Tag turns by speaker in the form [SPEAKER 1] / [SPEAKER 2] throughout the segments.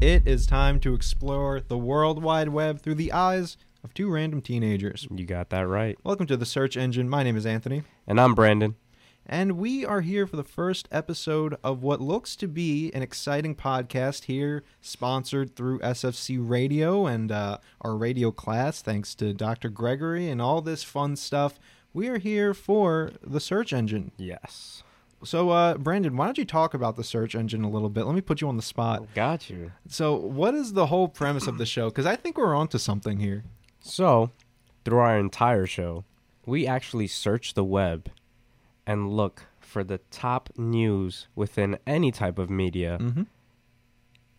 [SPEAKER 1] It is time to explore the World Wide Web through the eyes of two random teenagers.
[SPEAKER 2] You got that right.
[SPEAKER 1] Welcome to the search engine. My name is Anthony,
[SPEAKER 2] And I'm Brandon.
[SPEAKER 1] and we are here for the first episode of what looks to be an exciting podcast here, sponsored through SFC Radio and uh, our radio class, thanks to Dr. Gregory and all this fun stuff. We are here for the search engine.
[SPEAKER 2] Yes.
[SPEAKER 1] So, uh, Brandon, why don't you talk about the search engine a little bit? Let me put you on the spot.
[SPEAKER 2] Got you.
[SPEAKER 1] So, what is the whole premise of the show? Because I think we're onto something here.
[SPEAKER 2] So, through our entire show, we actually search the web and look for the top news within any type of media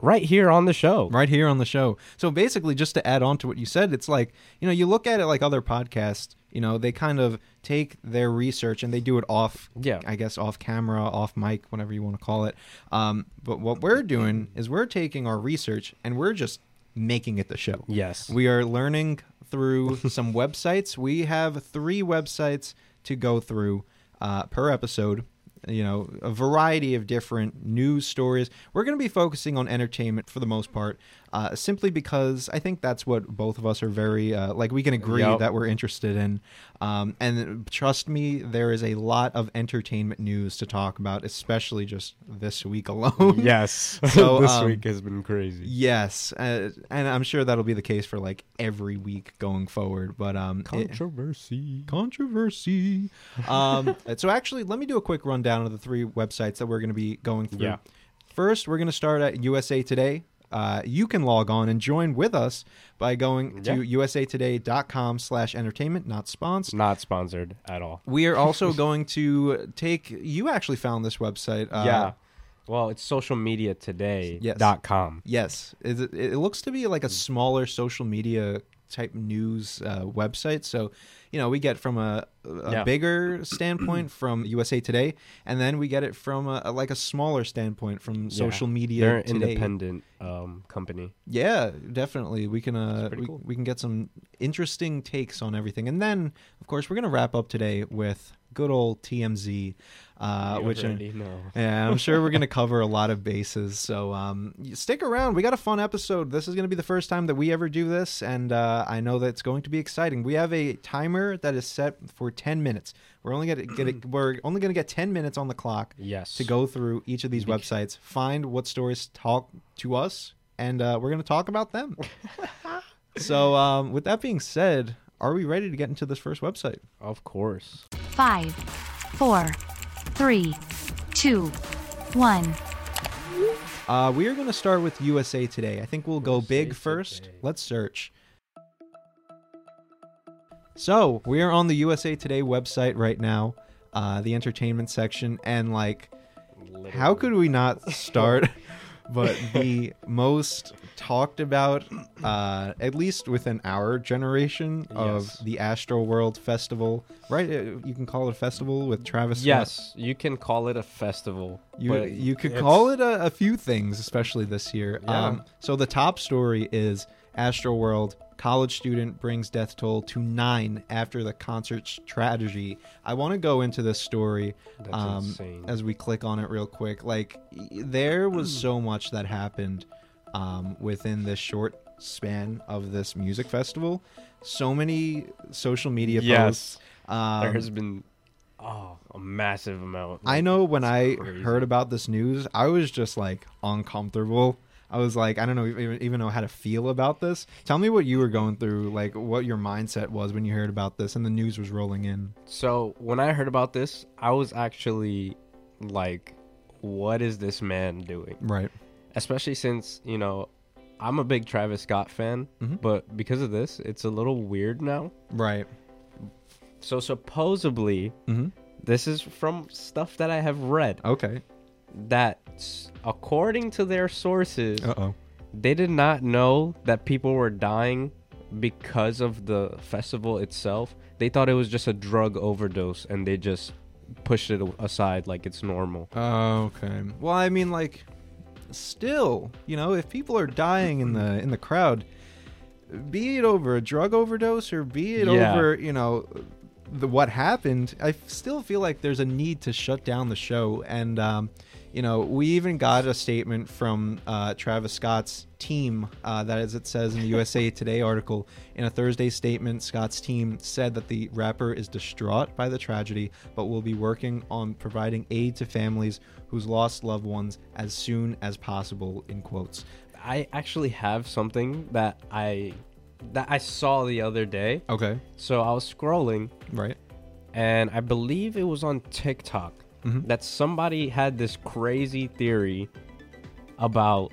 [SPEAKER 2] right here on the show.
[SPEAKER 1] Mm-hmm. right here on the show. So basically, just to add on to what you said, it's like you know you look at it like other podcasts. You know, they kind of take their research and they do it off.
[SPEAKER 2] Yeah.
[SPEAKER 1] I guess off camera, off mic, whatever you want to call it. Um, but what we're doing is we're taking our research and we're just making it the show.
[SPEAKER 2] Yes.
[SPEAKER 1] We are learning through some websites. We have three websites to go through uh, per episode. You know, a variety of different news stories. We're going to be focusing on entertainment for the most part, uh, simply because I think that's what both of us are very uh, like. We can agree
[SPEAKER 2] Yep.
[SPEAKER 1] that we're interested in, um, and trust me, there is a lot of entertainment news to talk about, especially just this week alone.
[SPEAKER 2] yes.
[SPEAKER 1] So,
[SPEAKER 2] this
[SPEAKER 1] um,
[SPEAKER 2] week has been crazy.
[SPEAKER 1] Yes, uh, and I'm sure that'll be the case for like every week going forward. But um, it-
[SPEAKER 2] Controversy.
[SPEAKER 1] controversy. um, so actually, let me do a quick rundown of the three websites that we're going to be going through.
[SPEAKER 2] Yeah.
[SPEAKER 1] First, we're going to start at USA Today. Uh, you can log on and join with us by going to usatoday.com slash entertainment, not sponsored.
[SPEAKER 2] Not sponsored at all.
[SPEAKER 1] We are also going to take, you actually found this website. Uh,
[SPEAKER 2] yeah. Well, it's socialmediatoday.com.
[SPEAKER 1] Yes.
[SPEAKER 2] com.
[SPEAKER 1] Yes, it, it it looks to be like
[SPEAKER 2] Hmm.
[SPEAKER 1] a smaller social media type news uh, website. So, you know, we get from a, a
[SPEAKER 2] Yeah.
[SPEAKER 1] bigger standpoint from USA Today, and then we get it from a, a- like a smaller standpoint from social media.
[SPEAKER 2] They're an
[SPEAKER 1] today.
[SPEAKER 2] independent um, company.
[SPEAKER 1] Yeah, definitely. We can uh,
[SPEAKER 2] pretty
[SPEAKER 1] we,
[SPEAKER 2] cool.
[SPEAKER 1] we can get some interesting takes on everything, and then of course we're gonna wrap up today with good old TMZ, uh,
[SPEAKER 2] You
[SPEAKER 1] which.
[SPEAKER 2] already know.
[SPEAKER 1] Yeah, I'm sure we're going to cover a lot of bases. So um, y- stick around. We got a fun episode. This is going to be the first time that we ever do this, and uh, I know that's going to be exciting. We have a timer that is set for 10 minutes. We're only going to get it, we're only going to get 10 minutes on the clock
[SPEAKER 2] Yes.
[SPEAKER 1] to go through each of these websites, find what stories talk to us, and uh, we're going to talk about them. so um, with that being said, are we ready to get into this first website?
[SPEAKER 2] Of course.
[SPEAKER 3] Five, four, three, two, one.
[SPEAKER 1] Uh, we are going to start with USA Today. I think we'll go
[SPEAKER 2] USA
[SPEAKER 1] big first.
[SPEAKER 2] Today.
[SPEAKER 1] Let's search. So we are on the USA Today website right now, uh, the entertainment section, and like, how could we not start? but the most talked about, uh, at least within our generation,
[SPEAKER 2] Yes.
[SPEAKER 1] of the Astro World Festival, right? Uh, You can call it a festival with Travis. Scott.
[SPEAKER 2] Yes, you can call it a festival.
[SPEAKER 1] You,
[SPEAKER 2] but
[SPEAKER 1] you could
[SPEAKER 2] it's-
[SPEAKER 1] call it a, a few things, especially this year.
[SPEAKER 2] Yeah.
[SPEAKER 1] Um, so the top story is Astroworld college student brings death toll to nine after the concert's tragedy. I want to go into this story
[SPEAKER 2] That's
[SPEAKER 1] um,
[SPEAKER 2] insane.
[SPEAKER 1] as we click on it real quick. Like y- there was so much that happened um, within this short span of this music festival. So many social media posts.
[SPEAKER 2] Yes.
[SPEAKER 1] Um,
[SPEAKER 2] there has been oh a massive amount.
[SPEAKER 1] I know when I
[SPEAKER 2] crazy.
[SPEAKER 1] heard about this news, I was just like uncomfortable. I was like, I don't know, even, even know how to feel about this. Tell me what you were going through, like what your mindset was when you heard about this and the news was rolling in.
[SPEAKER 2] So when I heard about this, I was actually like, "What is this man doing?"
[SPEAKER 1] Right.
[SPEAKER 2] Especially since you know, I'm a big Travis Scott fan,
[SPEAKER 1] Mm-hmm.
[SPEAKER 2] but because of this, it's a little weird now.
[SPEAKER 1] Right.
[SPEAKER 2] So supposedly,
[SPEAKER 1] Mhm.
[SPEAKER 2] this is from stuff that I have read
[SPEAKER 1] Okay.
[SPEAKER 2] that, s- according to their sources,
[SPEAKER 1] Uh oh.
[SPEAKER 2] they did not know that people were dying because of the festival itself. They thought it was just a drug overdose and they just pushed it aside like it's normal.
[SPEAKER 1] Uh, Okay. Well, I mean, like, still, you know, if people are dying in the in the crowd, be it over a drug overdose or be it
[SPEAKER 2] Yeah.
[SPEAKER 1] over, you know, the what happened, I f- still feel like there's a need to shut down the show. And um, you know, we even got a statement from uh, Travis Scott's team. Uh, that, as it says in the USA Today article, in a Thursday statement, Scott's team said that the rapper is distraught by the tragedy, but will be working on providing aid to families who's lost loved ones as soon as possible. In quotes.
[SPEAKER 2] I actually have something that I that I saw the other day.
[SPEAKER 1] Okay.
[SPEAKER 2] So I was scrolling
[SPEAKER 1] Right.
[SPEAKER 2] and I believe it was on TikTok that somebody had this crazy theory about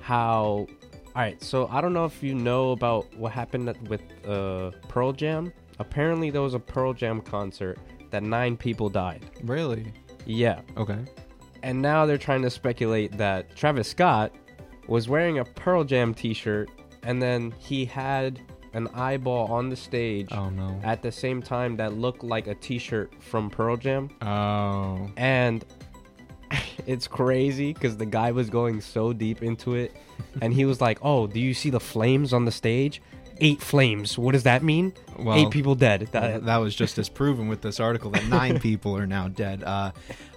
[SPEAKER 2] how. All right, so I don't know if you know about what happened at- with uh, Pearl Jam. Apparently, there was a Pearl Jam concert that nine people died.
[SPEAKER 1] Really.
[SPEAKER 2] Yeah,
[SPEAKER 1] Okay.
[SPEAKER 2] and now they're trying to speculate that Travis Scott was wearing a Pearl Jam T-shirt, and then he had an eyeball on the stage
[SPEAKER 1] Oh no.
[SPEAKER 2] at the same time that looked like a T-shirt from Pearl Jam.
[SPEAKER 1] Oh.
[SPEAKER 2] and it's crazy because the guy was going so deep into it and he was like oh do you see the flames on the stage eight flames what does that mean
[SPEAKER 1] Well,
[SPEAKER 2] eight people dead
[SPEAKER 1] Th-
[SPEAKER 2] That-
[SPEAKER 1] that was just disproven with this article that nine people are now dead. Uh,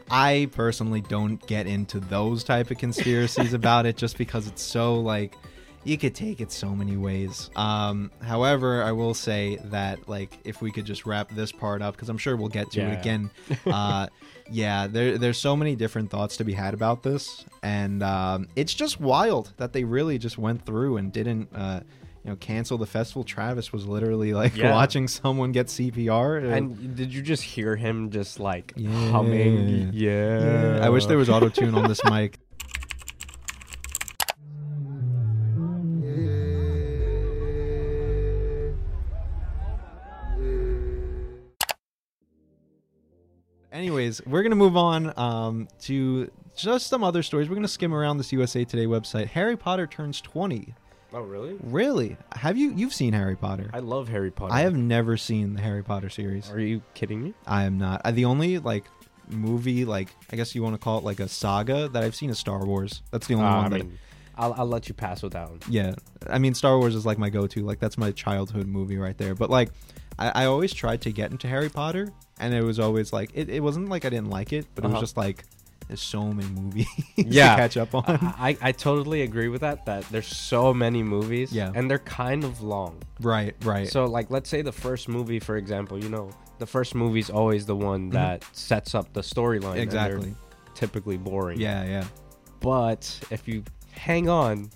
[SPEAKER 1] I personally don't get into those type of conspiracies about it, just because it's so like you could take it so many ways. Um, however, I will say that like if we could just wrap this part up, because I'm sure we'll get to
[SPEAKER 2] Yeah.
[SPEAKER 1] it again. Uh, yeah, there, there's so many different thoughts to be had about this, and um, it's just wild that they really just went through and didn't. Uh, you know, cancel the festival. Travis was literally like
[SPEAKER 2] Yeah.
[SPEAKER 1] watching watching someone get CPR. uh,
[SPEAKER 2] and did you just hear him just like
[SPEAKER 1] Yeah.
[SPEAKER 2] humming yeah.
[SPEAKER 1] I wish there was auto tune on this mic. Anyways, we're gonna move on um, to just some other stories. We're gonna skim around this USA Today website. Harry Potter turns twenty.
[SPEAKER 2] oh really
[SPEAKER 1] Really? Have you? You've seen Harry Potter?
[SPEAKER 2] i love harry potter
[SPEAKER 1] I have never seen the Harry Potter series.
[SPEAKER 2] are you kidding me
[SPEAKER 1] I am not. I, the only like movie, like I guess you want to call it like a saga that I've seen is Star Wars. That's the only
[SPEAKER 2] Uh,
[SPEAKER 1] one
[SPEAKER 2] i
[SPEAKER 1] that.
[SPEAKER 2] mean I'll, I'll let you pass with that one
[SPEAKER 1] Yeah, I mean Star Wars is like my go-to. Like that's my childhood movie right there. But like, I, I always tried to get into Harry Potter, and it was always like it, it wasn't like I didn't like it, but it was
[SPEAKER 2] Uh-huh.
[SPEAKER 1] just like there's so many movies
[SPEAKER 2] yeah Uh,
[SPEAKER 1] to catch up on.
[SPEAKER 2] I, I I totally agree with that that there's so many movies
[SPEAKER 1] Yeah.
[SPEAKER 2] and they're kind of long
[SPEAKER 1] right, right.
[SPEAKER 2] So, like, let's say the first movie, for example, you know, the first movie's always the one that sets up the storyline. and they're
[SPEAKER 1] Mm-hmm. Exactly.
[SPEAKER 2] Typically boring.
[SPEAKER 1] yeah, yeah.
[SPEAKER 2] But if you hang on,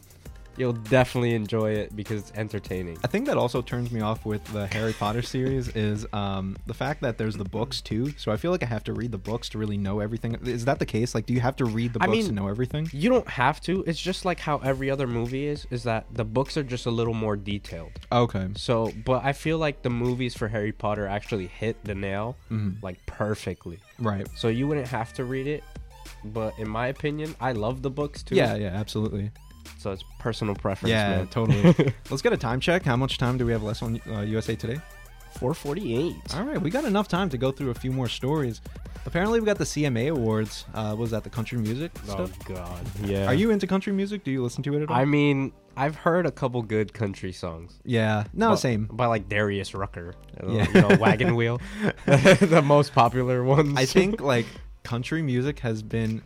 [SPEAKER 2] you'll definitely enjoy it because it's entertaining.
[SPEAKER 1] I think that also turns me off with the Harry Potter series is um, the fact that there's the books too. So I feel like I have to read the books to really know everything. Is that the case? Like, do you have to read the
[SPEAKER 2] I
[SPEAKER 1] books to
[SPEAKER 2] mean-
[SPEAKER 1] know everything?
[SPEAKER 2] You don't have to. It's just like how every other movie is, is that the books are just a little more detailed.
[SPEAKER 1] Okay.
[SPEAKER 2] So, but I feel like the movies for Harry Potter actually hit the nail
[SPEAKER 1] Mm-hmm.
[SPEAKER 2] like perfectly.
[SPEAKER 1] Right.
[SPEAKER 2] So you wouldn't have to read it. But in my opinion, I love the books too.
[SPEAKER 1] Yeah, yeah, absolutely.
[SPEAKER 2] So it's personal preference,
[SPEAKER 1] yeah,
[SPEAKER 2] man.
[SPEAKER 1] totally. Let's get a time check. How much time do we have less on uh, USA Today?
[SPEAKER 2] 448.
[SPEAKER 1] All right, we got enough time to go through a few more stories. Apparently, we got the CMA Awards. Uh, was that the country music
[SPEAKER 2] Oh
[SPEAKER 1] stuff?
[SPEAKER 2] god. Yeah.
[SPEAKER 1] Are you into country music? Do you listen to it at all?
[SPEAKER 2] I mean, I've heard a couple good country songs.
[SPEAKER 1] yeah, no,
[SPEAKER 2] By-
[SPEAKER 1] same.
[SPEAKER 2] By like Darius Rucker.
[SPEAKER 1] Yeah.
[SPEAKER 2] Yeah. You know, Wagon Wheel. the most popular ones.
[SPEAKER 1] I think like country music has been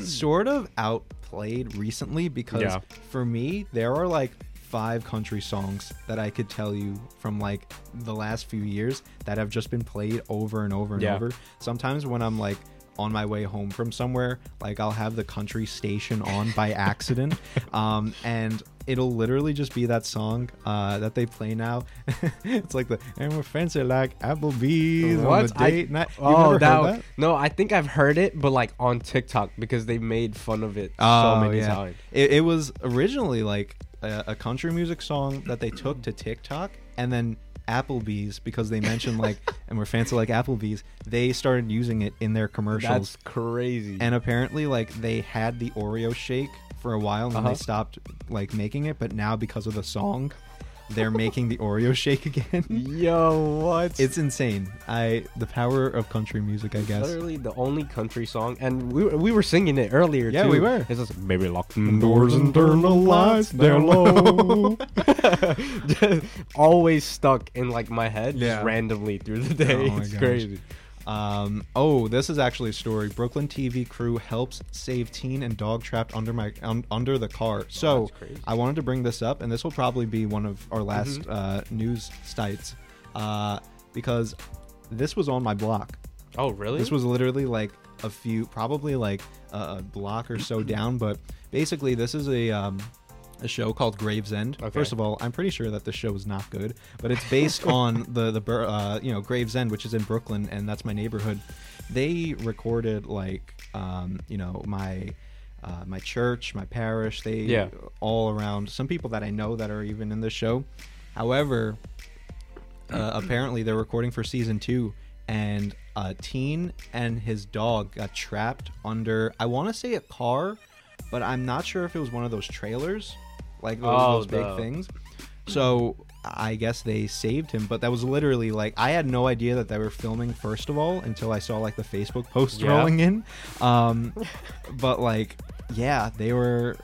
[SPEAKER 1] sort of outplayed recently because
[SPEAKER 2] Yeah.
[SPEAKER 1] for me there are like five country songs that I could tell you from like the last few years that have just been played over and over and
[SPEAKER 2] Yeah.
[SPEAKER 1] over. Sometimes when I'm like on my way home from somewhere, like I'll have the country station on by accident, um, and it'll literally just be that song uh, that they play now. it's like the and we're fancy like Applebee's on the
[SPEAKER 2] What? I-
[SPEAKER 1] date night. You've
[SPEAKER 2] oh,
[SPEAKER 1] never
[SPEAKER 2] that,
[SPEAKER 1] heard that?
[SPEAKER 2] No, I think I've heard it, but like on TikTok because they made fun of it so many times.
[SPEAKER 1] Oh, It, it was originally like a, a country music song that they took to TikTok and then Applebee's because they mentioned like and we're fancy like Applebee's. They started using it in their commercials,
[SPEAKER 2] That's crazy.
[SPEAKER 1] and apparently like they had the Oreo shake for a while and then they
[SPEAKER 2] Uh-huh.
[SPEAKER 1] stopped like making it, but now because of the song. they're making the Oreo shake again.
[SPEAKER 2] Yo, what?
[SPEAKER 1] It's insane. I the power of country music, I guess.
[SPEAKER 2] literally the only country song, and we, we were singing it earlier.
[SPEAKER 1] Yeah,
[SPEAKER 2] too.
[SPEAKER 1] we were.
[SPEAKER 2] It's just baby lock the doors and turn the lights down low. Always stuck in like my head,
[SPEAKER 1] Yeah.
[SPEAKER 2] just randomly through the day.
[SPEAKER 1] Oh my
[SPEAKER 2] it's
[SPEAKER 1] gosh.
[SPEAKER 2] crazy.
[SPEAKER 1] Um, oh, this is actually a story. Brooklyn TV crew helps save teen and dog trapped under my un, under the car. So
[SPEAKER 2] Oh, that's crazy. Mm-hmm.
[SPEAKER 1] I wanted to bring this up, and this will probably be one of our last uh, news sites uh, because this was on my block.
[SPEAKER 2] Oh, really?
[SPEAKER 1] This was literally like a few, probably like a, a block or so down. But basically, this is a um, a show called Gravesend.
[SPEAKER 2] Okay.
[SPEAKER 1] First of all, I'm pretty sure that this show is not good, but it's based on the the bur- uh, you know Gravesend, which is in Brooklyn, and that's my neighborhood. They recorded like um, you know my. Uh, my church, my parish, they
[SPEAKER 2] Yeah.
[SPEAKER 1] all around. Some people that I know that are even in the show. However, uh, apparently they're recording for season two and a teen and his dog got trapped under i want to say a car but i'm not sure if it was one of those trailers like those,
[SPEAKER 2] Oh,
[SPEAKER 1] those big
[SPEAKER 2] the-
[SPEAKER 1] things so i guess they saved him but that was literally like i had no idea that they were filming first of all until i saw like the facebook posts
[SPEAKER 2] Yeah.
[SPEAKER 1] rolling in um but like yeah they were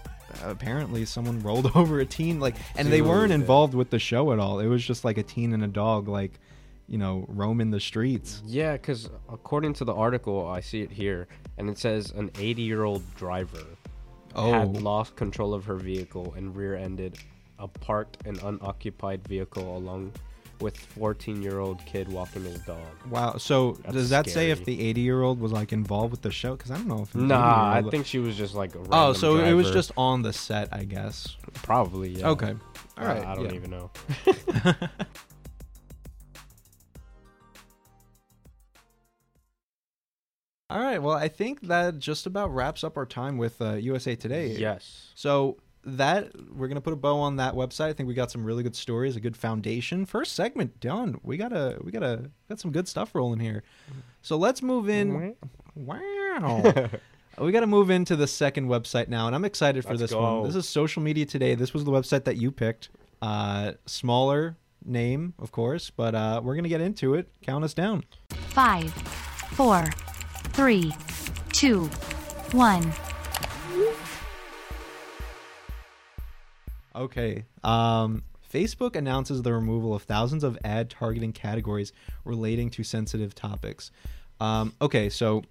[SPEAKER 1] apparently someone rolled over a teen like and they weren't
[SPEAKER 2] Dude.
[SPEAKER 1] involved with the show at all it was just like a teen and a dog like you know roaming the streets
[SPEAKER 2] Yeah, because according to the article, I see it here, and it says an 80 year old driver had
[SPEAKER 1] Oh.
[SPEAKER 2] lost control of her vehicle and rear ended a parked and unoccupied vehicle along with 14 year old kid walking his dog.
[SPEAKER 1] wow so
[SPEAKER 2] That's
[SPEAKER 1] does that say if
[SPEAKER 2] scary.
[SPEAKER 1] the 80 year old was like involved with the show because i don't know if an
[SPEAKER 2] Nah, I
[SPEAKER 1] 80-year-old
[SPEAKER 2] think she was just like a
[SPEAKER 1] oh
[SPEAKER 2] random
[SPEAKER 1] so it was
[SPEAKER 2] driver.
[SPEAKER 1] just on the set i guess
[SPEAKER 2] probably yeah.
[SPEAKER 1] okay all right
[SPEAKER 2] I don't
[SPEAKER 1] yeah.
[SPEAKER 2] even know.
[SPEAKER 1] all right well i think that just about wraps up our time with uh, usa today
[SPEAKER 2] Yes.
[SPEAKER 1] So that we're gonna put a bow on that website. I think we got some really good stories, a good foundation. First segment done. We gotta we gotta got some good stuff rolling here. So let's move in. Wow. We got to move into the second website now, and I'm excited for
[SPEAKER 2] Let's
[SPEAKER 1] this
[SPEAKER 2] go.
[SPEAKER 1] one. This is social media today. This was the website that you picked. Uh, smaller name, of course, but uh, we're gonna get into it. Count us down.
[SPEAKER 3] five, four, three, two, one.
[SPEAKER 1] Okay. Um, Facebook announces the removal of thousands of ad targeting categories relating to sensitive topics. Um, okay, so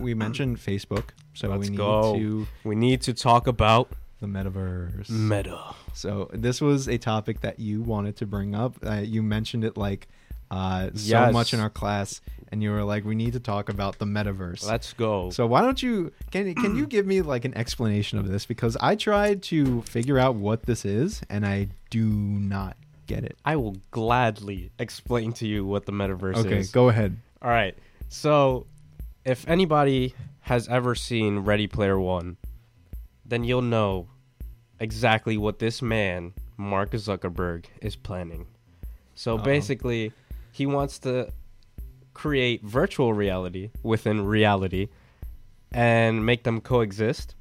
[SPEAKER 1] we mentioned Facebook, so
[SPEAKER 2] Let's
[SPEAKER 1] we need
[SPEAKER 2] go.
[SPEAKER 1] to
[SPEAKER 2] We need to talk about
[SPEAKER 1] the metaverse.
[SPEAKER 2] meta.
[SPEAKER 1] so this was a topic that you wanted to bring up. Uh, you mentioned it like uh, so
[SPEAKER 2] Yes.
[SPEAKER 1] much in our class, and you were like, "We need to talk about the metaverse."
[SPEAKER 2] Let's go.
[SPEAKER 1] So why don't you can can you give me like an explanation of this because I tried to figure out what this is and I do not get it.
[SPEAKER 2] I will gladly explain to you what the metaverse
[SPEAKER 1] Okay,
[SPEAKER 2] is.
[SPEAKER 1] go ahead.
[SPEAKER 2] All right. So, if anybody has ever seen Ready Player One, then you'll know exactly what this man, Mark Zuckerberg, is planning. So, basically, he wants to create virtual reality within reality and make them coexist.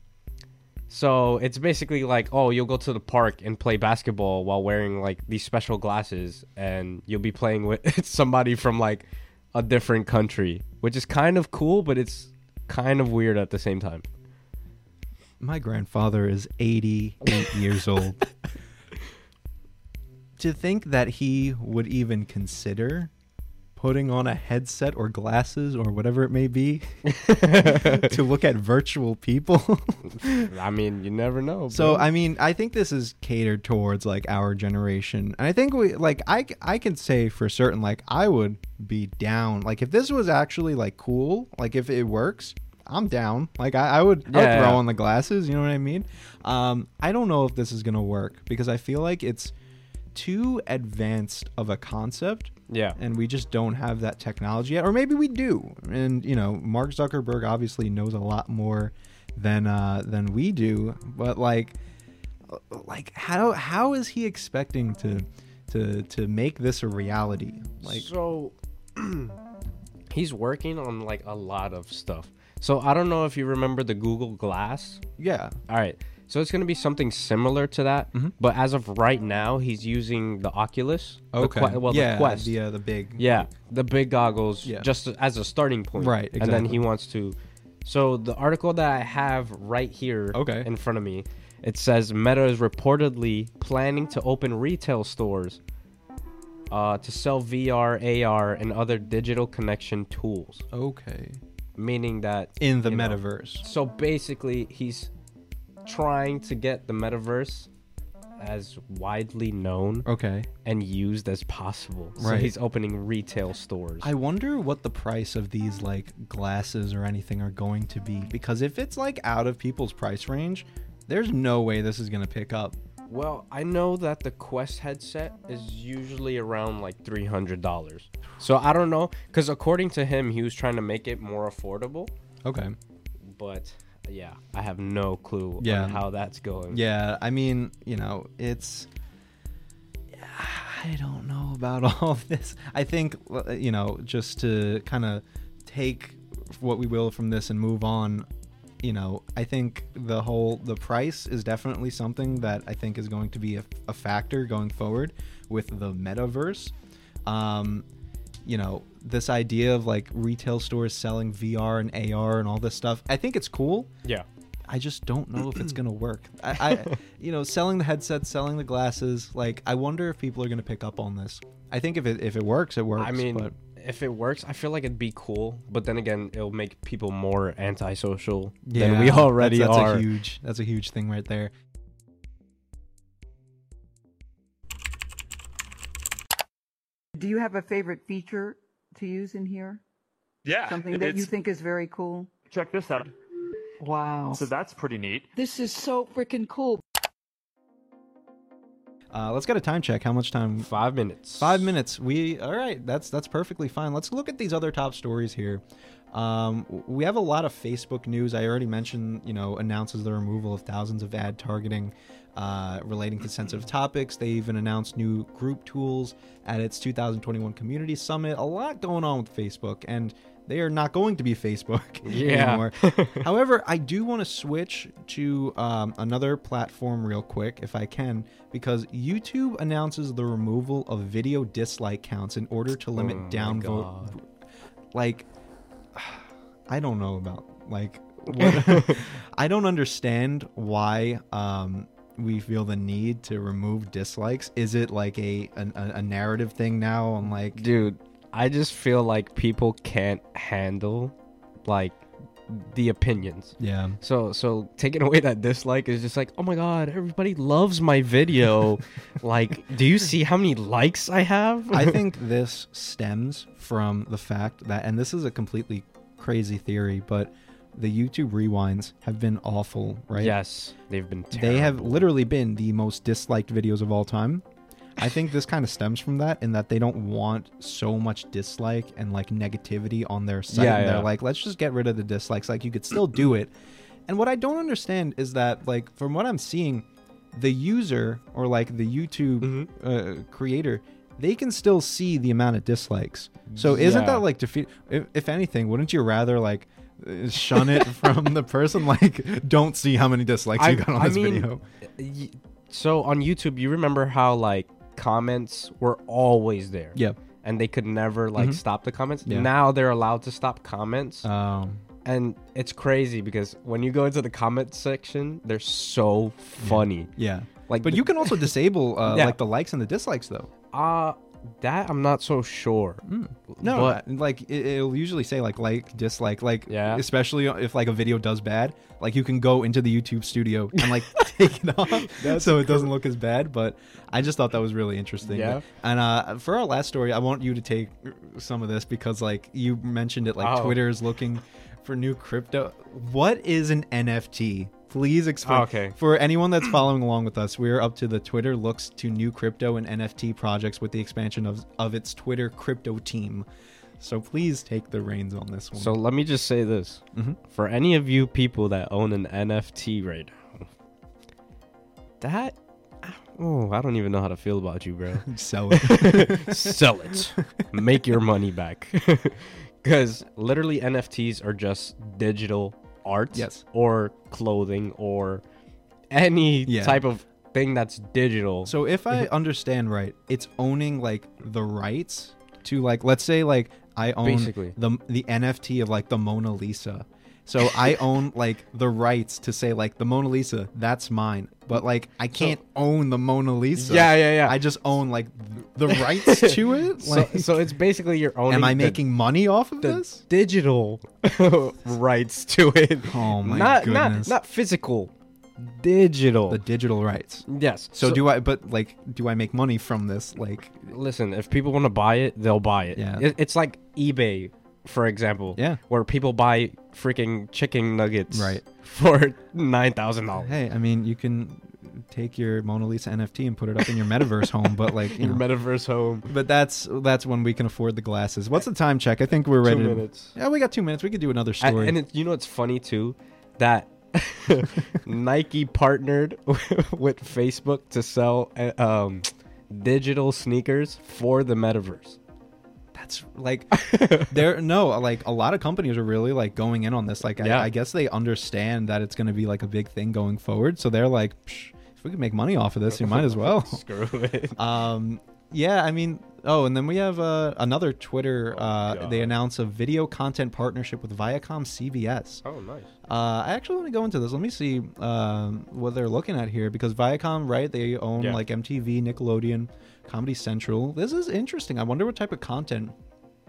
[SPEAKER 2] So, it's basically like, oh, you'll go to the park and play basketball while wearing like these special glasses, and you'll be playing with somebody from like a different country, which is kind of cool, but it's kind of weird at the same time.
[SPEAKER 1] My grandfather is 88 years old. To think that he would even consider putting on a headset or glasses or whatever it may be to look at virtual people.
[SPEAKER 2] I mean, you never know.
[SPEAKER 1] So
[SPEAKER 2] Oh, bro.
[SPEAKER 1] I mean, I think this is catered towards like our generation, and I think we like I I can say for certain like I would be down like if this was actually like cool like if it works. I'm down. Like I, I would, I would
[SPEAKER 2] Yeah.
[SPEAKER 1] throw on the glasses. You know what I mean? Um, I don't know if this is gonna work because I feel like it's too advanced of a concept,
[SPEAKER 2] yeah,
[SPEAKER 1] and we just don't have that technology yet. Or maybe we do. And you know, Mark Zuckerberg obviously knows a lot more than uh, than we do. But like, like how how is he expecting to to to make this a reality? Like,
[SPEAKER 2] so he's working on like a lot of stuff. So I don't know if you remember the Google Glass.
[SPEAKER 1] yeah,
[SPEAKER 2] All right. So it's going to be something similar to that.
[SPEAKER 1] Mm-hmm.
[SPEAKER 2] But as of right now, he's using the Oculus. the
[SPEAKER 1] Okay.
[SPEAKER 2] Que- well,
[SPEAKER 1] yeah,
[SPEAKER 2] the Quest.
[SPEAKER 1] The, uh, the big.
[SPEAKER 2] yeah, the big goggles
[SPEAKER 1] Yeah.
[SPEAKER 2] just as a starting point.
[SPEAKER 1] Right,
[SPEAKER 2] And then
[SPEAKER 1] exactly.
[SPEAKER 2] he wants to. So the article that I have right here
[SPEAKER 1] Okay.
[SPEAKER 2] in front of me, it says Meta is reportedly planning to open retail stores uh, to sell VR, AR, and other digital connection tools,
[SPEAKER 1] Okay.
[SPEAKER 2] meaning that
[SPEAKER 1] In the
[SPEAKER 2] you know,
[SPEAKER 1] metaverse.
[SPEAKER 2] so basically, he's trying to get the metaverse as widely known
[SPEAKER 1] Okay.
[SPEAKER 2] and used as possible. So
[SPEAKER 1] Right.
[SPEAKER 2] he's opening retail stores.
[SPEAKER 1] I wonder what the price of these like glasses or anything are going to be because if it's like out of people's price range, there's no way this is going to pick up.
[SPEAKER 2] well, I know that the Quest headset is usually around like $300. So I don't know cuz according to him, he was trying to make it more affordable,
[SPEAKER 1] Okay.
[SPEAKER 2] but yeah, I have no clue
[SPEAKER 1] Yeah.
[SPEAKER 2] on how that's going.
[SPEAKER 1] Yeah, I mean, you know, it's I don't know about all of this. I think uh, you know, just to kind of take what we will from this and move on, you know, I think the whole the price is definitely something that I think is going to be a, a factor going forward with the metaverse. Um you know this idea of like retail stores selling VR and AR and all this stuff. I think it's cool.
[SPEAKER 2] Yeah.
[SPEAKER 1] I just don't know if it's gonna work. I, I you know, selling the headsets, selling the glasses, like I wonder if people are gonna pick up on this. I think if it if it works, it works.
[SPEAKER 2] I mean,
[SPEAKER 1] but,
[SPEAKER 2] if it works, I feel like it'd be cool. But then again, it'll make people more antisocial than
[SPEAKER 1] Yeah,
[SPEAKER 2] we already
[SPEAKER 1] that's, that's
[SPEAKER 2] are.
[SPEAKER 1] A huge, that's a huge thing right there.
[SPEAKER 4] Do you have a favorite feature to use in here?
[SPEAKER 5] Yeah.
[SPEAKER 4] Something that you
[SPEAKER 5] it's-
[SPEAKER 4] think is very cool?
[SPEAKER 5] Check this out.
[SPEAKER 4] Wow.
[SPEAKER 5] So that's pretty neat.
[SPEAKER 4] This is so freaking cool.
[SPEAKER 1] Uh, let's get a time check. How much time?
[SPEAKER 2] Five minutes.
[SPEAKER 1] Five minutes. We all right. That's that's perfectly fine. Let's look at these other top stories here. Um, we have a lot of Facebook news. I already mentioned, you know, announces the removal of thousands of ad targeting uh, relating to sensitive
[SPEAKER 2] Mm-hmm.
[SPEAKER 1] topics. They even announced new group tools at its 2021 Community Summit. A lot going on with Facebook, and they are not going to be Facebook
[SPEAKER 2] Yeah.
[SPEAKER 1] anymore. However, I do want to switch to um, another platform real quick, if I can, because YouTube announces the removal of video dislike counts in order to limit
[SPEAKER 2] Oh my
[SPEAKER 1] downvote.
[SPEAKER 2] God.
[SPEAKER 1] Like, I don't know about like. What, I don't understand why um, we feel the need to remove dislikes. Is it like a an, a a narrative thing now? I'm like,
[SPEAKER 2] Dude, I just feel like people can't handle like the opinions.
[SPEAKER 1] yeah,
[SPEAKER 2] So so taking away that dislike is just like, "Oh my god, everybody loves my video." like, do you see how many likes I have?
[SPEAKER 1] I think this stems from the fact that, and this is a completely crazy theory, but the YouTube rewinds have been awful, right?
[SPEAKER 2] yes, they've been terrible.
[SPEAKER 1] They have literally been the most disliked videos of all time. I think this kind of stems from that, in that they don't want so much dislike and like negativity on their site.
[SPEAKER 2] Yeah,
[SPEAKER 1] and
[SPEAKER 2] yeah.
[SPEAKER 1] They're like, let's just get rid of the dislikes. Like, you could still do it. And what I don't understand is that, like, from what I'm seeing, the user or like the YouTube
[SPEAKER 2] Mm-hmm.
[SPEAKER 1] uh, creator, they can still see the amount of dislikes. So isn't
[SPEAKER 2] Yeah.
[SPEAKER 1] that like defeat? If, if anything, wouldn't you rather like uh, shun it from the person? Like, don't see how many dislikes you got on this video.
[SPEAKER 2] y- So on YouTube, you remember how like comments were always there.
[SPEAKER 1] Yeah. Mm-hmm.
[SPEAKER 2] And they could never like stop the comments.
[SPEAKER 1] Yeah.
[SPEAKER 2] Now they're allowed to stop comments.
[SPEAKER 1] Um,
[SPEAKER 2] and it's crazy because when you go into the comment section, they're so funny.
[SPEAKER 1] yeah.
[SPEAKER 2] Like
[SPEAKER 1] But you can also disable uh,
[SPEAKER 2] Yeah.
[SPEAKER 1] like the likes and the dislikes though.
[SPEAKER 2] uh that I'm not so sure.
[SPEAKER 1] Mm. No,
[SPEAKER 2] But-
[SPEAKER 1] like it, it'll usually say like like dislike like
[SPEAKER 2] Yeah.
[SPEAKER 1] especially if like a video does bad, like you can go into the YouTube studio and like take it off so it doesn't look as bad, but I just thought that was really interesting.
[SPEAKER 2] Yeah.
[SPEAKER 1] And uh for our last story, I want you to take some of this because like you mentioned it like
[SPEAKER 2] Oh.
[SPEAKER 1] Twitter is looking for new crypto. What is an NFT? Please explain.
[SPEAKER 2] Okay.
[SPEAKER 1] For anyone that's following along with us, we're up to the Twitter looks to new crypto and NFT projects with the expansion of, of its Twitter crypto team. So please take the reins on this one.
[SPEAKER 2] So let me just say this.
[SPEAKER 1] Mm-hmm.
[SPEAKER 2] For any of you people that own an NFT right now, that oh, I don't even know how to feel about you, bro.
[SPEAKER 1] sell it.
[SPEAKER 2] sell it make your money back because literally nfts are just digital art
[SPEAKER 1] Yes.
[SPEAKER 2] or clothing or any
[SPEAKER 1] Yeah.
[SPEAKER 2] type of thing that's digital.
[SPEAKER 1] So if I understand right, it's owning like the rights to like let's say like I own
[SPEAKER 2] Basically.
[SPEAKER 1] the the NFT of like the Mona Lisa. So I own like the rights to say like the Mona Lisa that's mine, but like I can't own the Mona Lisa.
[SPEAKER 2] Yeah, yeah, yeah.
[SPEAKER 1] I just own like the rights to it.
[SPEAKER 2] so,
[SPEAKER 1] Like,
[SPEAKER 2] so it's basically your own.
[SPEAKER 1] am I making money off of
[SPEAKER 2] the
[SPEAKER 1] this?
[SPEAKER 2] digital rights to it?
[SPEAKER 1] Oh my
[SPEAKER 2] not,
[SPEAKER 1] goodness.
[SPEAKER 2] Not not physical, digital.
[SPEAKER 1] The digital rights.
[SPEAKER 2] yes.
[SPEAKER 1] So, do I? But like, do I make money from this? Like,
[SPEAKER 2] listen, if people want to buy it, they'll buy it.
[SPEAKER 1] Yeah.
[SPEAKER 2] It- It's like eBay, for example.
[SPEAKER 1] Yeah.
[SPEAKER 2] Where people buy freaking chicken nuggets.
[SPEAKER 1] Right.
[SPEAKER 2] For nine thousand dollars.
[SPEAKER 1] hey, I mean, you can take your Mona Lisa NFT and put it up in your metaverse home, but like, you
[SPEAKER 2] Your
[SPEAKER 1] know.
[SPEAKER 2] metaverse home.
[SPEAKER 1] but that's that's when we can afford the glasses. What's the time check? I think we're ready. to-
[SPEAKER 2] minutes.
[SPEAKER 1] Yeah, we got two minutes. We could do another
[SPEAKER 2] A-
[SPEAKER 1] story.
[SPEAKER 2] and it, you know what's funny too, that Nike partnered with Facebook to sell uh, um, digital sneakers for the metaverse.
[SPEAKER 1] that's like there no like a lot of companies are really like going in on this. Like,
[SPEAKER 2] Yeah.
[SPEAKER 1] I, I guess they understand that it's going to be like a big thing going forward. So they're like, Psh, if we can make money off of this, you might as well.
[SPEAKER 2] Screw it.
[SPEAKER 1] Um, yeah, I mean, oh, and then we have uh, another Twitter. uh,
[SPEAKER 2] Oh God.
[SPEAKER 1] they announce a video content partnership with Viacom CBS.
[SPEAKER 2] oh, nice.
[SPEAKER 1] Uh, I actually want to go into this. Let me see um, what they're looking at here because Viacom, right? They own
[SPEAKER 2] Yeah.
[SPEAKER 1] like MTV, Nickelodeon, Comedy Central. This is interesting. I wonder what type of content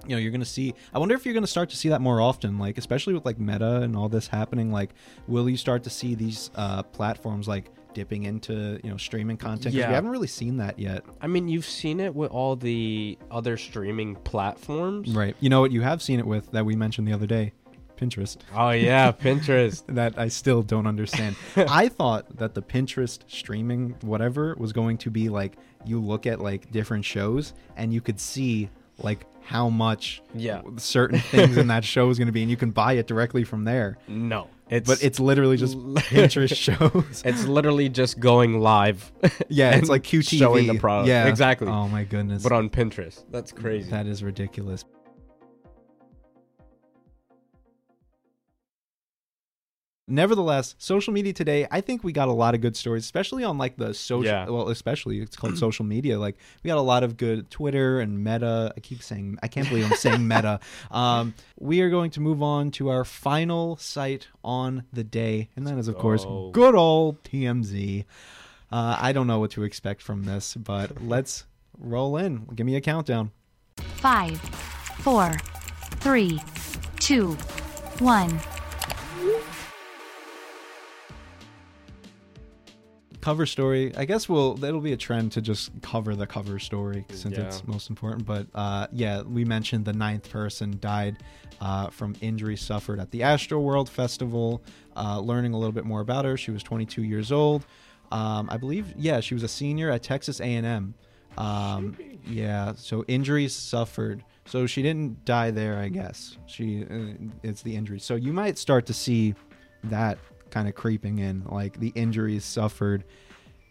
[SPEAKER 1] you know you're going to see. I wonder if you're going to start to see that more often, like especially with like Meta and all this happening. Like, will you start to see these uh, platforms like dipping into you know streaming content? 'Cause
[SPEAKER 2] Yeah.
[SPEAKER 1] we haven't really seen that yet.
[SPEAKER 2] I mean, you've seen it with all the other streaming platforms.
[SPEAKER 1] Right. You know what you have seen it with that we mentioned the other day? Pinterest.
[SPEAKER 2] Oh yeah, Pinterest.
[SPEAKER 1] That I still don't understand. I thought that the Pinterest streaming whatever was going to be like you look at like different shows and you could see like how much
[SPEAKER 2] Yeah.
[SPEAKER 1] certain things in that show is going to be and you can buy it directly from there.
[SPEAKER 2] No, it's
[SPEAKER 1] But it's literally just Pinterest shows.
[SPEAKER 2] it's literally just going live.
[SPEAKER 1] Yeah,
[SPEAKER 2] and
[SPEAKER 1] it's like QTV.
[SPEAKER 2] showing the product.
[SPEAKER 1] Yeah,
[SPEAKER 2] exactly.
[SPEAKER 1] Oh my goodness.
[SPEAKER 2] but on Pinterest, that's crazy.
[SPEAKER 1] that is ridiculous. nevertheless social media today i think we got a lot of good stories especially on like the social
[SPEAKER 2] Yeah.
[SPEAKER 1] well especially it's called social media like we got a lot of good twitter and meta i keep saying i can't believe i'm saying meta um, we are going to move on to our final site on the day and that is of course
[SPEAKER 2] go.
[SPEAKER 1] good old tmz uh, i don't know what to expect from this but let's roll in give me a countdown
[SPEAKER 3] Five, four, three, two, one.
[SPEAKER 1] cover story. I guess we'll that'll be a trend to just cover the cover story since
[SPEAKER 2] Yeah.
[SPEAKER 1] it's most important. But uh, yeah, we mentioned the ninth person died uh, from injury suffered at the Astro World Festival. Uh, learning a little bit more about her, she was 22 years old. Um, I believe, yeah, she was a senior at Texas A&M. Um, yeah, so injuries suffered. So she didn't die there, I guess. She uh, it's the injury. So you might start to see that kind of creeping in, like the injuries suffered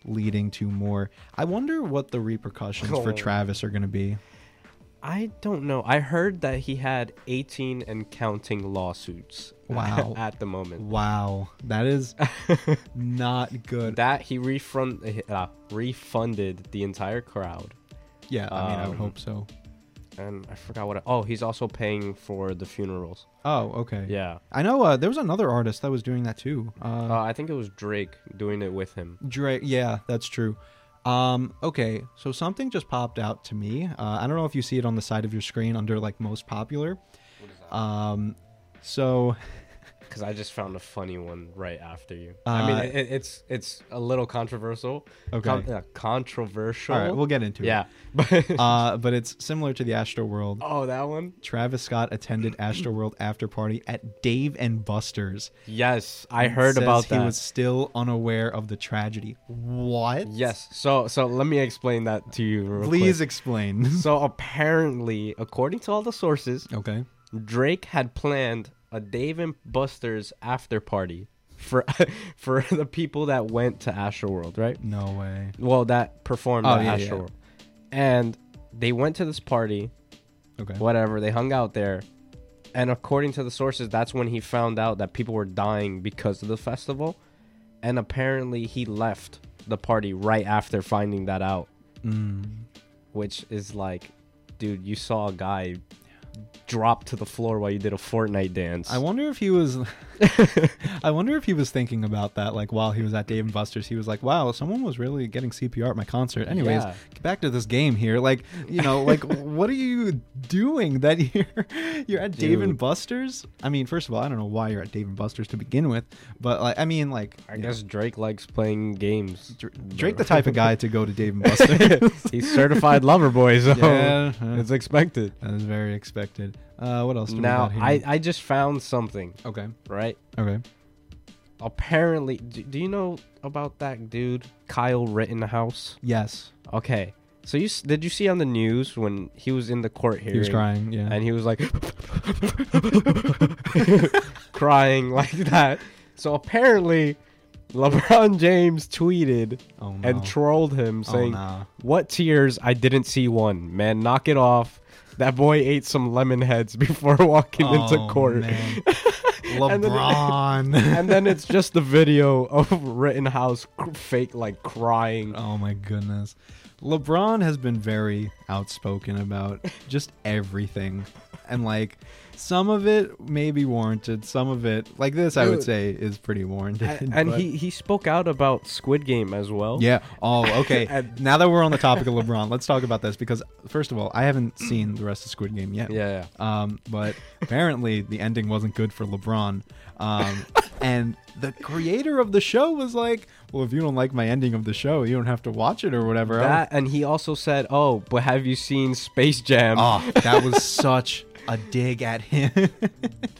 [SPEAKER 1] leading to more. I wonder what the repercussions for
[SPEAKER 2] Oh.
[SPEAKER 1] Travis are going to be.
[SPEAKER 2] I don't know. I heard that he had 18 and counting lawsuits.
[SPEAKER 1] Wow.
[SPEAKER 2] at the moment,
[SPEAKER 1] Wow, that is not good.
[SPEAKER 2] that he refund uh, refunded the entire crowd,
[SPEAKER 1] yeah, I mean, I would
[SPEAKER 2] um,
[SPEAKER 1] hope so.
[SPEAKER 2] and I forgot what. I, oh, he's also paying for the funerals.
[SPEAKER 1] Oh, okay.
[SPEAKER 2] Yeah.
[SPEAKER 1] I know uh, there was another artist that was doing that too. Uh,
[SPEAKER 2] Uh, I think it was Drake doing it with him.
[SPEAKER 1] Drake. Yeah, that's true. Um, okay, so something just popped out to me. Uh, I don't know if you see it on the side of your screen under like most popular. Um, so
[SPEAKER 2] because I just found a funny one right after you. I mean,
[SPEAKER 1] Uh,
[SPEAKER 2] it, it- it's it's a little controversial.
[SPEAKER 1] Okay.
[SPEAKER 2] uh, controversial.
[SPEAKER 1] all right, we'll get into
[SPEAKER 2] yeah.
[SPEAKER 1] it.
[SPEAKER 2] But
[SPEAKER 1] Uh, but it's similar to the Astro World.
[SPEAKER 2] oh, that one.
[SPEAKER 1] Travis Scott attended Astro World after party at Dave and Buster's.
[SPEAKER 2] Yes, I heard
[SPEAKER 1] Says
[SPEAKER 2] about
[SPEAKER 1] He
[SPEAKER 2] that.
[SPEAKER 1] was still unaware of the tragedy. What?
[SPEAKER 2] Yes. So so let me explain that to you. Real
[SPEAKER 1] Please
[SPEAKER 2] quick.
[SPEAKER 1] explain.
[SPEAKER 2] So apparently, according to all the sources,
[SPEAKER 1] okay.
[SPEAKER 2] Drake had planned a Dave and Buster's after party for for the people that went to Astroworld, right?
[SPEAKER 1] No way.
[SPEAKER 2] Well, that performed
[SPEAKER 1] Oh,
[SPEAKER 2] at
[SPEAKER 1] yeah, yeah.
[SPEAKER 2] Astroworld, and they went to this party.
[SPEAKER 1] Okay.
[SPEAKER 2] whatever. They hung out there. And according to the sources, that's when he found out that people were dying because of the festival. and apparently he left the party right after finding that out.
[SPEAKER 1] Mm.
[SPEAKER 2] Which is like, dude, you saw a guy drop to the floor while you did a Fortnite dance.
[SPEAKER 1] I wonder if he was. I wonder if he was thinking about that, like while he was at Dave and Buster's, he was like, "Wow, someone was really getting CPR at my concert." Anyways,
[SPEAKER 2] Yeah.
[SPEAKER 1] get back to this game here. Like, you know, like what are you doing that you're you're at Dave and
[SPEAKER 2] Dude.
[SPEAKER 1] Buster's? I mean, first of all, I don't know why you're at Dave and Buster's to begin with, but like, I mean, like
[SPEAKER 2] I guess Drake likes playing games.
[SPEAKER 1] Drake, the type of guy to go to Dave and Buster's.
[SPEAKER 2] He's certified lover boy, so
[SPEAKER 1] Yeah, yeah.
[SPEAKER 2] it's expected.
[SPEAKER 1] that is very expected. Uh, what else? Do
[SPEAKER 2] Now,
[SPEAKER 1] we got
[SPEAKER 2] I,
[SPEAKER 1] here?
[SPEAKER 2] I just found something,
[SPEAKER 1] okay,
[SPEAKER 2] right?
[SPEAKER 1] okay.
[SPEAKER 2] Apparently, do, do you know about that dude, Kyle Rittenhouse?
[SPEAKER 1] Yes,
[SPEAKER 2] Okay. So you s- did you see on the news when he was in the court hearing?
[SPEAKER 1] he was crying. Yeah,
[SPEAKER 2] and he was like crying like that. So apparently, LeBron James tweeted
[SPEAKER 1] Oh, no. Oh,
[SPEAKER 2] and trolled him saying,
[SPEAKER 1] no.
[SPEAKER 2] "What tears? I didn't see one. Man, knock it off." That boy ate some lemon heads before walking into court.
[SPEAKER 1] Oh, man.
[SPEAKER 2] And then-
[SPEAKER 1] LeBron.
[SPEAKER 2] And then it's just the video of Rittenhouse cr- fake like crying.
[SPEAKER 1] oh my goodness. LeBron has been very outspoken about just everything. And like some of it may be warranted, some of it like this I would
[SPEAKER 2] Dude.
[SPEAKER 1] say is pretty warranted.
[SPEAKER 2] A- and
[SPEAKER 1] but-
[SPEAKER 2] he, he spoke out about Squid Game as well.
[SPEAKER 1] Yeah. Oh, okay.
[SPEAKER 2] And-
[SPEAKER 1] now that we're on the topic of LeBron, let's talk about this because first of all, I haven't seen the rest of Squid Game yet.
[SPEAKER 2] Yeah,
[SPEAKER 1] Um, but apparently the ending wasn't good for LeBron. Um, and the creator of the show was like, "Well, if you don't like my ending of the show, you don't have to watch it or whatever." else."
[SPEAKER 2] That and he also said, "Oh, but have you seen Space Jam?"
[SPEAKER 1] Oh, that was such a dig at him.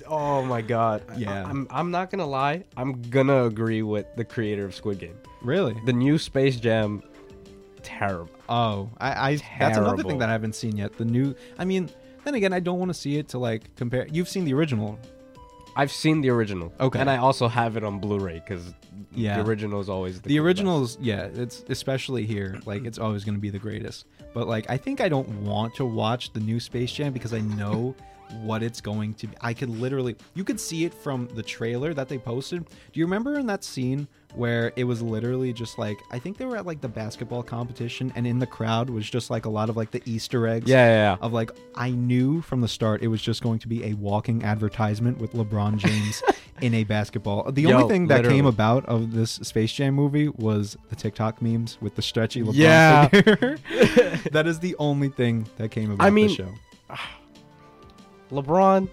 [SPEAKER 2] Oh my god.
[SPEAKER 1] Yeah.
[SPEAKER 2] I, am I'm not gonna lie. I'm gonna agree with the creator of Squid Game.
[SPEAKER 1] really?
[SPEAKER 2] The new Space Jam, terrible.
[SPEAKER 1] Oh, I, I that's another thing
[SPEAKER 2] Terrible.
[SPEAKER 1] that I haven't seen yet. The new, I mean, then again, I don't want to see it to like compare. You've seen the original,
[SPEAKER 2] I've seen the original.
[SPEAKER 1] Okay.
[SPEAKER 2] And I also have it on Blu-ray because
[SPEAKER 1] Yeah.
[SPEAKER 2] the original is always the,
[SPEAKER 1] the
[SPEAKER 2] best.
[SPEAKER 1] originals yeah it's especially here like it's always going to be the greatest but like i think i don't want to watch the new space jam because i know what it's going to be i could literally you could see it from the trailer that they posted do you remember in that scene where it was literally just like i think they were at like the basketball competition and in the crowd was just like a lot of like the easter eggs
[SPEAKER 2] Yeah, yeah, yeah.
[SPEAKER 1] of like i knew from the start it was just going to be a walking advertisement with lebron james in a basketball the
[SPEAKER 2] Yo,
[SPEAKER 1] only thing that came
[SPEAKER 2] literally.
[SPEAKER 1] about of this Space Jam movie was the TikTok memes with the stretchy LeBron
[SPEAKER 2] Yeah.
[SPEAKER 1] figure. that is the only thing that came about
[SPEAKER 2] I mean-
[SPEAKER 1] the show.
[SPEAKER 2] LeBron,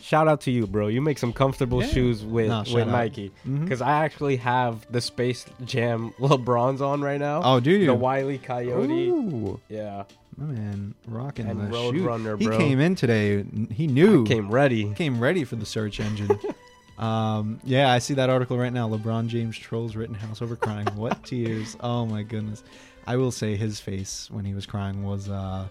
[SPEAKER 2] shout out to you, bro. You make some comfortable
[SPEAKER 1] Yeah.
[SPEAKER 2] shoes with
[SPEAKER 1] Nah, shout
[SPEAKER 2] with
[SPEAKER 1] out.
[SPEAKER 2] Nike.
[SPEAKER 1] Mhm.
[SPEAKER 2] Because I actually have the Space Jam LeBrons on right now.
[SPEAKER 1] Oh, do you?
[SPEAKER 2] The Wiley Coyote.
[SPEAKER 1] Ooh,
[SPEAKER 2] Yeah.
[SPEAKER 1] my man, rocking
[SPEAKER 2] And
[SPEAKER 1] the
[SPEAKER 2] Road
[SPEAKER 1] shoe.
[SPEAKER 2] Runner,
[SPEAKER 1] he
[SPEAKER 2] bro.
[SPEAKER 1] came in today. n- He knew.
[SPEAKER 2] Came ready.
[SPEAKER 1] Came ready for the search engine. um, yeah, I see that article right now. LeBron James trolls Rittenhouse over crying. what tears? Oh my goodness. I will say his face when he was crying was uh,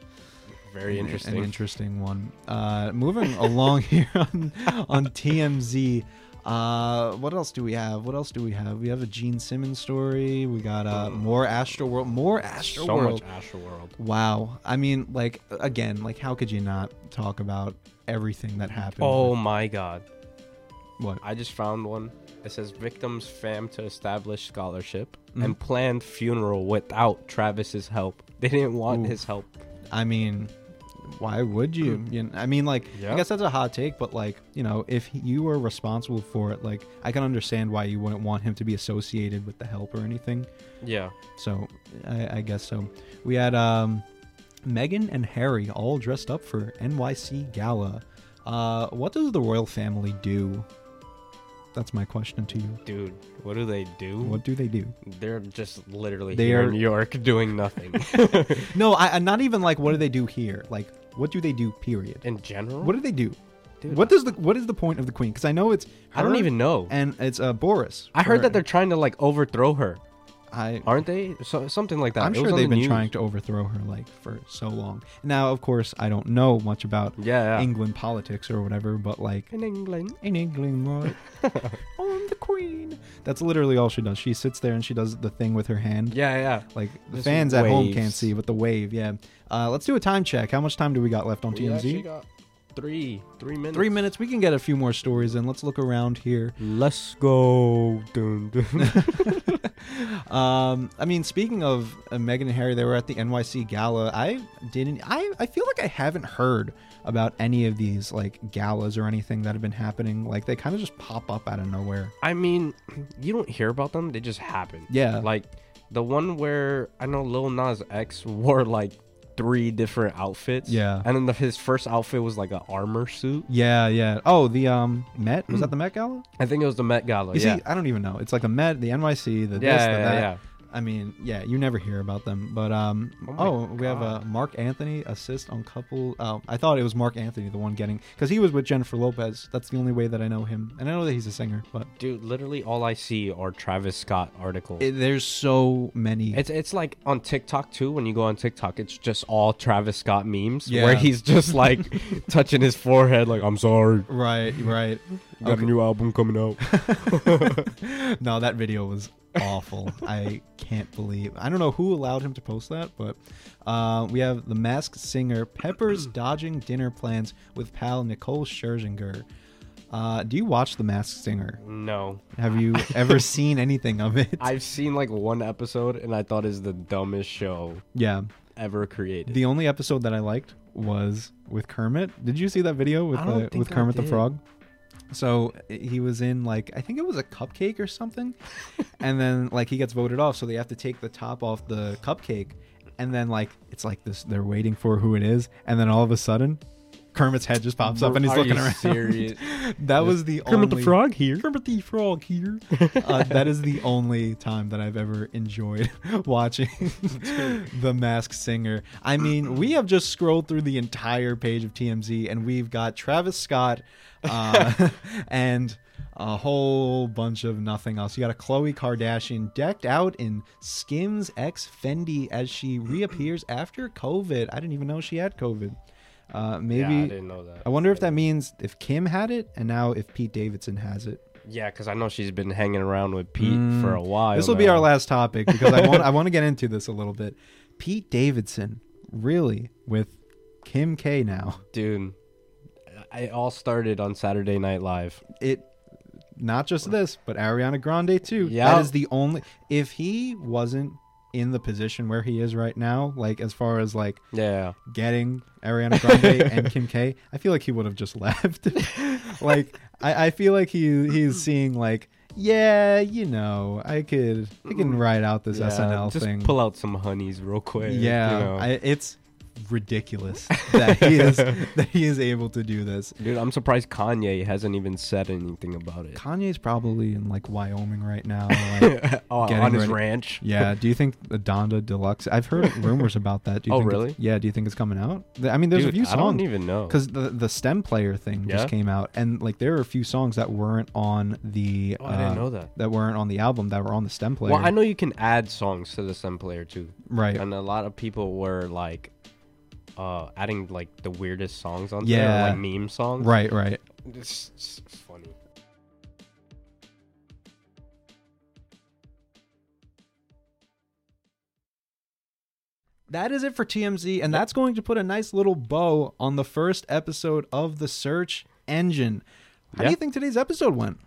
[SPEAKER 2] Very
[SPEAKER 1] An
[SPEAKER 2] interesting.
[SPEAKER 1] interesting one. Uh, moving along here on, on TMZ. Uh, what else do we have? What else do we have? We have a Gene Simmons story. We got uh, more Astroworld. More Astroworld.
[SPEAKER 2] So much Astroworld.
[SPEAKER 1] Wow. I mean, like again, like how could you not talk about everything that happened?
[SPEAKER 2] Oh my god.
[SPEAKER 1] what?
[SPEAKER 2] I just found one. It says victims fam to establish scholarship
[SPEAKER 1] Mm-hmm.
[SPEAKER 2] and planned funeral without Travis's help. They didn't want his help.
[SPEAKER 1] I mean, why would you? you kn- I mean, like, I
[SPEAKER 2] Yeah.
[SPEAKER 1] guess that's a hot take, but like, you know, if you were responsible for it, like, I can understand why you wouldn't want him to be associated with the help or anything.
[SPEAKER 2] Yeah.
[SPEAKER 1] So I, I guess so. We had um, Meghan and Harry all dressed up for NYC gala. Uh, what does the royal family do? That's my question to you.
[SPEAKER 2] Dude, what do they do?
[SPEAKER 1] What do they do?
[SPEAKER 2] They're just literally
[SPEAKER 1] They
[SPEAKER 2] here
[SPEAKER 1] are-
[SPEAKER 2] in New York doing nothing.
[SPEAKER 1] No, I, I'm not even like what do they do here. Like what do they do? Period.
[SPEAKER 2] in general?
[SPEAKER 1] What do they do?
[SPEAKER 2] Dude,
[SPEAKER 1] what does the what is the point of the queen? Because I know it's
[SPEAKER 2] I don't
[SPEAKER 1] her
[SPEAKER 2] even know.
[SPEAKER 1] and it's uh, Boris.
[SPEAKER 2] I heard
[SPEAKER 1] Or-
[SPEAKER 2] that they're trying to like overthrow her,
[SPEAKER 1] I
[SPEAKER 2] aren't they? So, something like that.
[SPEAKER 1] I'm
[SPEAKER 2] It was
[SPEAKER 1] sure
[SPEAKER 2] on
[SPEAKER 1] they've
[SPEAKER 2] the
[SPEAKER 1] been
[SPEAKER 2] news.
[SPEAKER 1] trying to overthrow her like for so long. Now, of course, I don't know much about
[SPEAKER 2] Yeah, yeah.
[SPEAKER 1] England politics or whatever, but like
[SPEAKER 2] in England.
[SPEAKER 1] in England, right? I'm the queen. That's literally all she does. She sits there and she does the thing with her hand.
[SPEAKER 2] Yeah, yeah.
[SPEAKER 1] Like the
[SPEAKER 2] Just
[SPEAKER 1] fans at home
[SPEAKER 2] waves.
[SPEAKER 1] can't see, but the wave, yeah. Uh, let's do a time check. How much time do we got left on TMZ?
[SPEAKER 2] Three. Three minutes.
[SPEAKER 1] Three minutes. We can get a few more stories in. Let's look around here.
[SPEAKER 2] Let's go. Dun, dun.
[SPEAKER 1] Um, I mean, speaking of uh, Meghan and Harry, they were at the NYC gala. I didn't. I I feel like I haven't heard about any of these like galas or anything that have been happening. Like they kind of just pop up out of nowhere.
[SPEAKER 2] I mean, you don't hear about them. They just happen.
[SPEAKER 1] Yeah.
[SPEAKER 2] Like the one where I know Lil Nas X wore like three different outfits.
[SPEAKER 1] Yeah.
[SPEAKER 2] And then the, his first outfit was like an armor suit.
[SPEAKER 1] Yeah, yeah. Oh, the um Met was that the Met Gala?
[SPEAKER 2] I think it was the Met Gala.
[SPEAKER 1] You
[SPEAKER 2] Hmm. yeah.
[SPEAKER 1] see, I don't even know. It's like the Met, the NYC, the this,
[SPEAKER 2] Yeah,
[SPEAKER 1] the
[SPEAKER 2] yeah,
[SPEAKER 1] that.
[SPEAKER 2] yeah.
[SPEAKER 1] I mean, yeah, you never hear about them. But um,
[SPEAKER 2] my
[SPEAKER 1] oh, we have uh, Mark Anthony assist on couple. Oh, I thought it was Mark Anthony, the one getting because he was with Jennifer Lopez. That's the only way that I know him, and I know that he's a singer. But
[SPEAKER 2] Dude, literally all I see are Travis Scott articles.
[SPEAKER 1] it, Eh, there's so many.
[SPEAKER 2] It's it's like on TikTok too. When you go on TikTok, it's just all Travis Scott memes
[SPEAKER 1] Yeah.
[SPEAKER 2] where he's just like touching his forehead, like "I'm sorry,
[SPEAKER 1] right, right.
[SPEAKER 2] got a new album coming out."
[SPEAKER 1] No, that video was awful. I can't believe. I don't know who allowed him to post that, but uh, we have the masked singer Peppers dodging dinner plans with pal Nicole Scherzinger. Uh, do you watch The Masked Singer?
[SPEAKER 2] no,
[SPEAKER 1] Have you ever seen anything of it?
[SPEAKER 2] I've seen like one episode and I thought is the dumbest show
[SPEAKER 1] yeah.
[SPEAKER 2] ever created.
[SPEAKER 1] The only episode that I liked was with Kermit. Did you see that video with
[SPEAKER 2] I don't
[SPEAKER 1] the,
[SPEAKER 2] think
[SPEAKER 1] with
[SPEAKER 2] I
[SPEAKER 1] Kermit the
[SPEAKER 2] did.
[SPEAKER 1] Frog? So eh, he was in like I think it was a cupcake or something, and then like he gets voted off, so they have to take the top off the cupcake, and then like it's like this they're waiting for who it is, and then all of a sudden, Kermit's head just pops up and he's
[SPEAKER 2] Are
[SPEAKER 1] looking
[SPEAKER 2] you
[SPEAKER 1] around.
[SPEAKER 2] serious?
[SPEAKER 1] that was the
[SPEAKER 2] Kermit the
[SPEAKER 1] only-
[SPEAKER 2] Frog here.
[SPEAKER 1] Kermit the Frog here. uh, that is the only time that I've ever enjoyed watching The Masked Singer. I mean, we have just scrolled through the entire page of TMZ and we've got Travis Scott uh, and a whole bunch of nothing else. You got a Khloe Kardashian decked out in Skims X Fendi as she reappears after COVID. I didn't even know she had COVID. Uh, maybe
[SPEAKER 2] Yeah, I didn't know that.
[SPEAKER 1] I wonder if that means if Kim had it and now if Pete Davidson has it.
[SPEAKER 2] Yeah, because I know she's been hanging around with Pete for a while.
[SPEAKER 1] Mm. This will be
[SPEAKER 2] now.
[SPEAKER 1] our last topic because I want I want to get into this a little bit. Pete Davidson, really, with Kim K now.
[SPEAKER 2] dude. It all started on Saturday Night Live.
[SPEAKER 1] It not just this, but Ariana Grande too.
[SPEAKER 2] Yeah.
[SPEAKER 1] That is the only if he wasn't in the position where he is right now, like as far as like
[SPEAKER 2] Yeah.
[SPEAKER 1] getting Ariana Grande and Kim K, I feel like he would have just left. like I, I feel like he he's seeing like, yeah, you know, I could I can ride out this
[SPEAKER 2] Yeah,
[SPEAKER 1] SNL
[SPEAKER 2] just
[SPEAKER 1] thing.
[SPEAKER 2] pull out some honeys real quick. you
[SPEAKER 1] yeah,
[SPEAKER 2] know.
[SPEAKER 1] I, it's ridiculous that he is that he is able to do this.
[SPEAKER 2] dude, I'm surprised Kanye hasn't even said anything about it.
[SPEAKER 1] Kanye's probably in like Wyoming right now. Like,
[SPEAKER 2] Oh,
[SPEAKER 1] getting
[SPEAKER 2] on his
[SPEAKER 1] ready-
[SPEAKER 2] ranch.
[SPEAKER 1] Yeah. Do you think the Donda Deluxe? I've heard rumors about that. Do you
[SPEAKER 2] Oh,
[SPEAKER 1] think it's-
[SPEAKER 2] really?
[SPEAKER 1] Yeah. Do you think it's coming out? Th- I mean, there's
[SPEAKER 2] Dude,
[SPEAKER 1] a few
[SPEAKER 2] I
[SPEAKER 1] songs.
[SPEAKER 2] don't even know.
[SPEAKER 1] because the the stem player thing just
[SPEAKER 2] Yeah?
[SPEAKER 1] came out, and like there are a few songs that weren't on the
[SPEAKER 2] Oh, I didn't
[SPEAKER 1] uh,
[SPEAKER 2] know that.
[SPEAKER 1] that weren't on the album that were on the stem player.
[SPEAKER 2] Well, I know you can add songs to the SEM player too.
[SPEAKER 1] Right.
[SPEAKER 2] And a lot of people were like uh adding like the weirdest songs on
[SPEAKER 1] Yeah.
[SPEAKER 2] there, like meme songs.
[SPEAKER 1] Right, right.
[SPEAKER 2] It's, it's funny.
[SPEAKER 1] That is it for TMZ, and that's going to put a nice little bow on the first episode of the Search Engine. How do
[SPEAKER 2] Yeah.
[SPEAKER 1] you think today's episode went?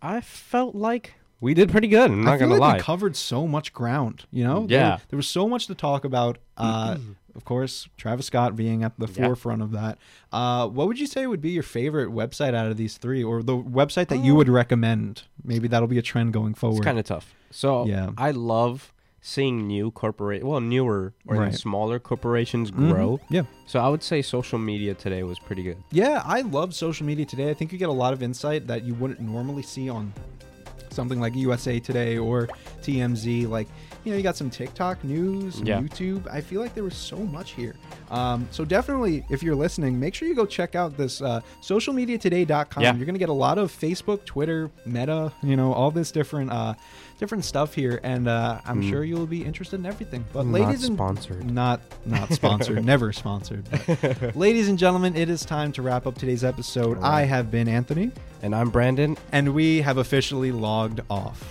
[SPEAKER 2] I felt like we did pretty good. I'm not
[SPEAKER 1] I feel
[SPEAKER 2] gonna
[SPEAKER 1] like
[SPEAKER 2] lie.
[SPEAKER 1] we covered so much ground. You know,
[SPEAKER 2] Yeah. Mm-hmm.
[SPEAKER 1] there, there was so much to talk about. Uh, of course, Travis Scott being at the
[SPEAKER 2] Yeah.
[SPEAKER 1] forefront of that. Uh, what would you say would be your favorite website out of these three, or the website that you would recommend? Maybe that'll be a trend going forward.
[SPEAKER 2] Uh, It's kind of tough. So
[SPEAKER 1] Yeah.
[SPEAKER 2] I love seeing new corporate, well, newer or
[SPEAKER 1] Right. Mm-hmm.
[SPEAKER 2] smaller corporations grow.
[SPEAKER 1] yeah.
[SPEAKER 2] So I would say social media today was pretty good.
[SPEAKER 1] Yeah, I love social media today. I think you get a lot of insight that you wouldn't normally see on something like USA Today or TMZ. Like, you know, you got some TikTok news, some
[SPEAKER 2] Yeah.
[SPEAKER 1] YouTube. I feel like there was so much here. Um, so definitely, if you're listening, make sure you go check out this uh, socialmediatoday.com.
[SPEAKER 2] Yeah.
[SPEAKER 1] You're gonna get a lot of Facebook, Twitter, Meta, you know, all this different, uh, different stuff here, and uh, I'm
[SPEAKER 2] Mm-hmm.
[SPEAKER 1] sure you'll be interested in everything. But
[SPEAKER 2] Not
[SPEAKER 1] ladies and
[SPEAKER 2] sponsored.
[SPEAKER 1] not not sponsored, never sponsored. But ladies and gentlemen, it is time to wrap up today's episode. I have been Anthony,
[SPEAKER 2] And I'm Brandon.
[SPEAKER 1] and we have officially logged off.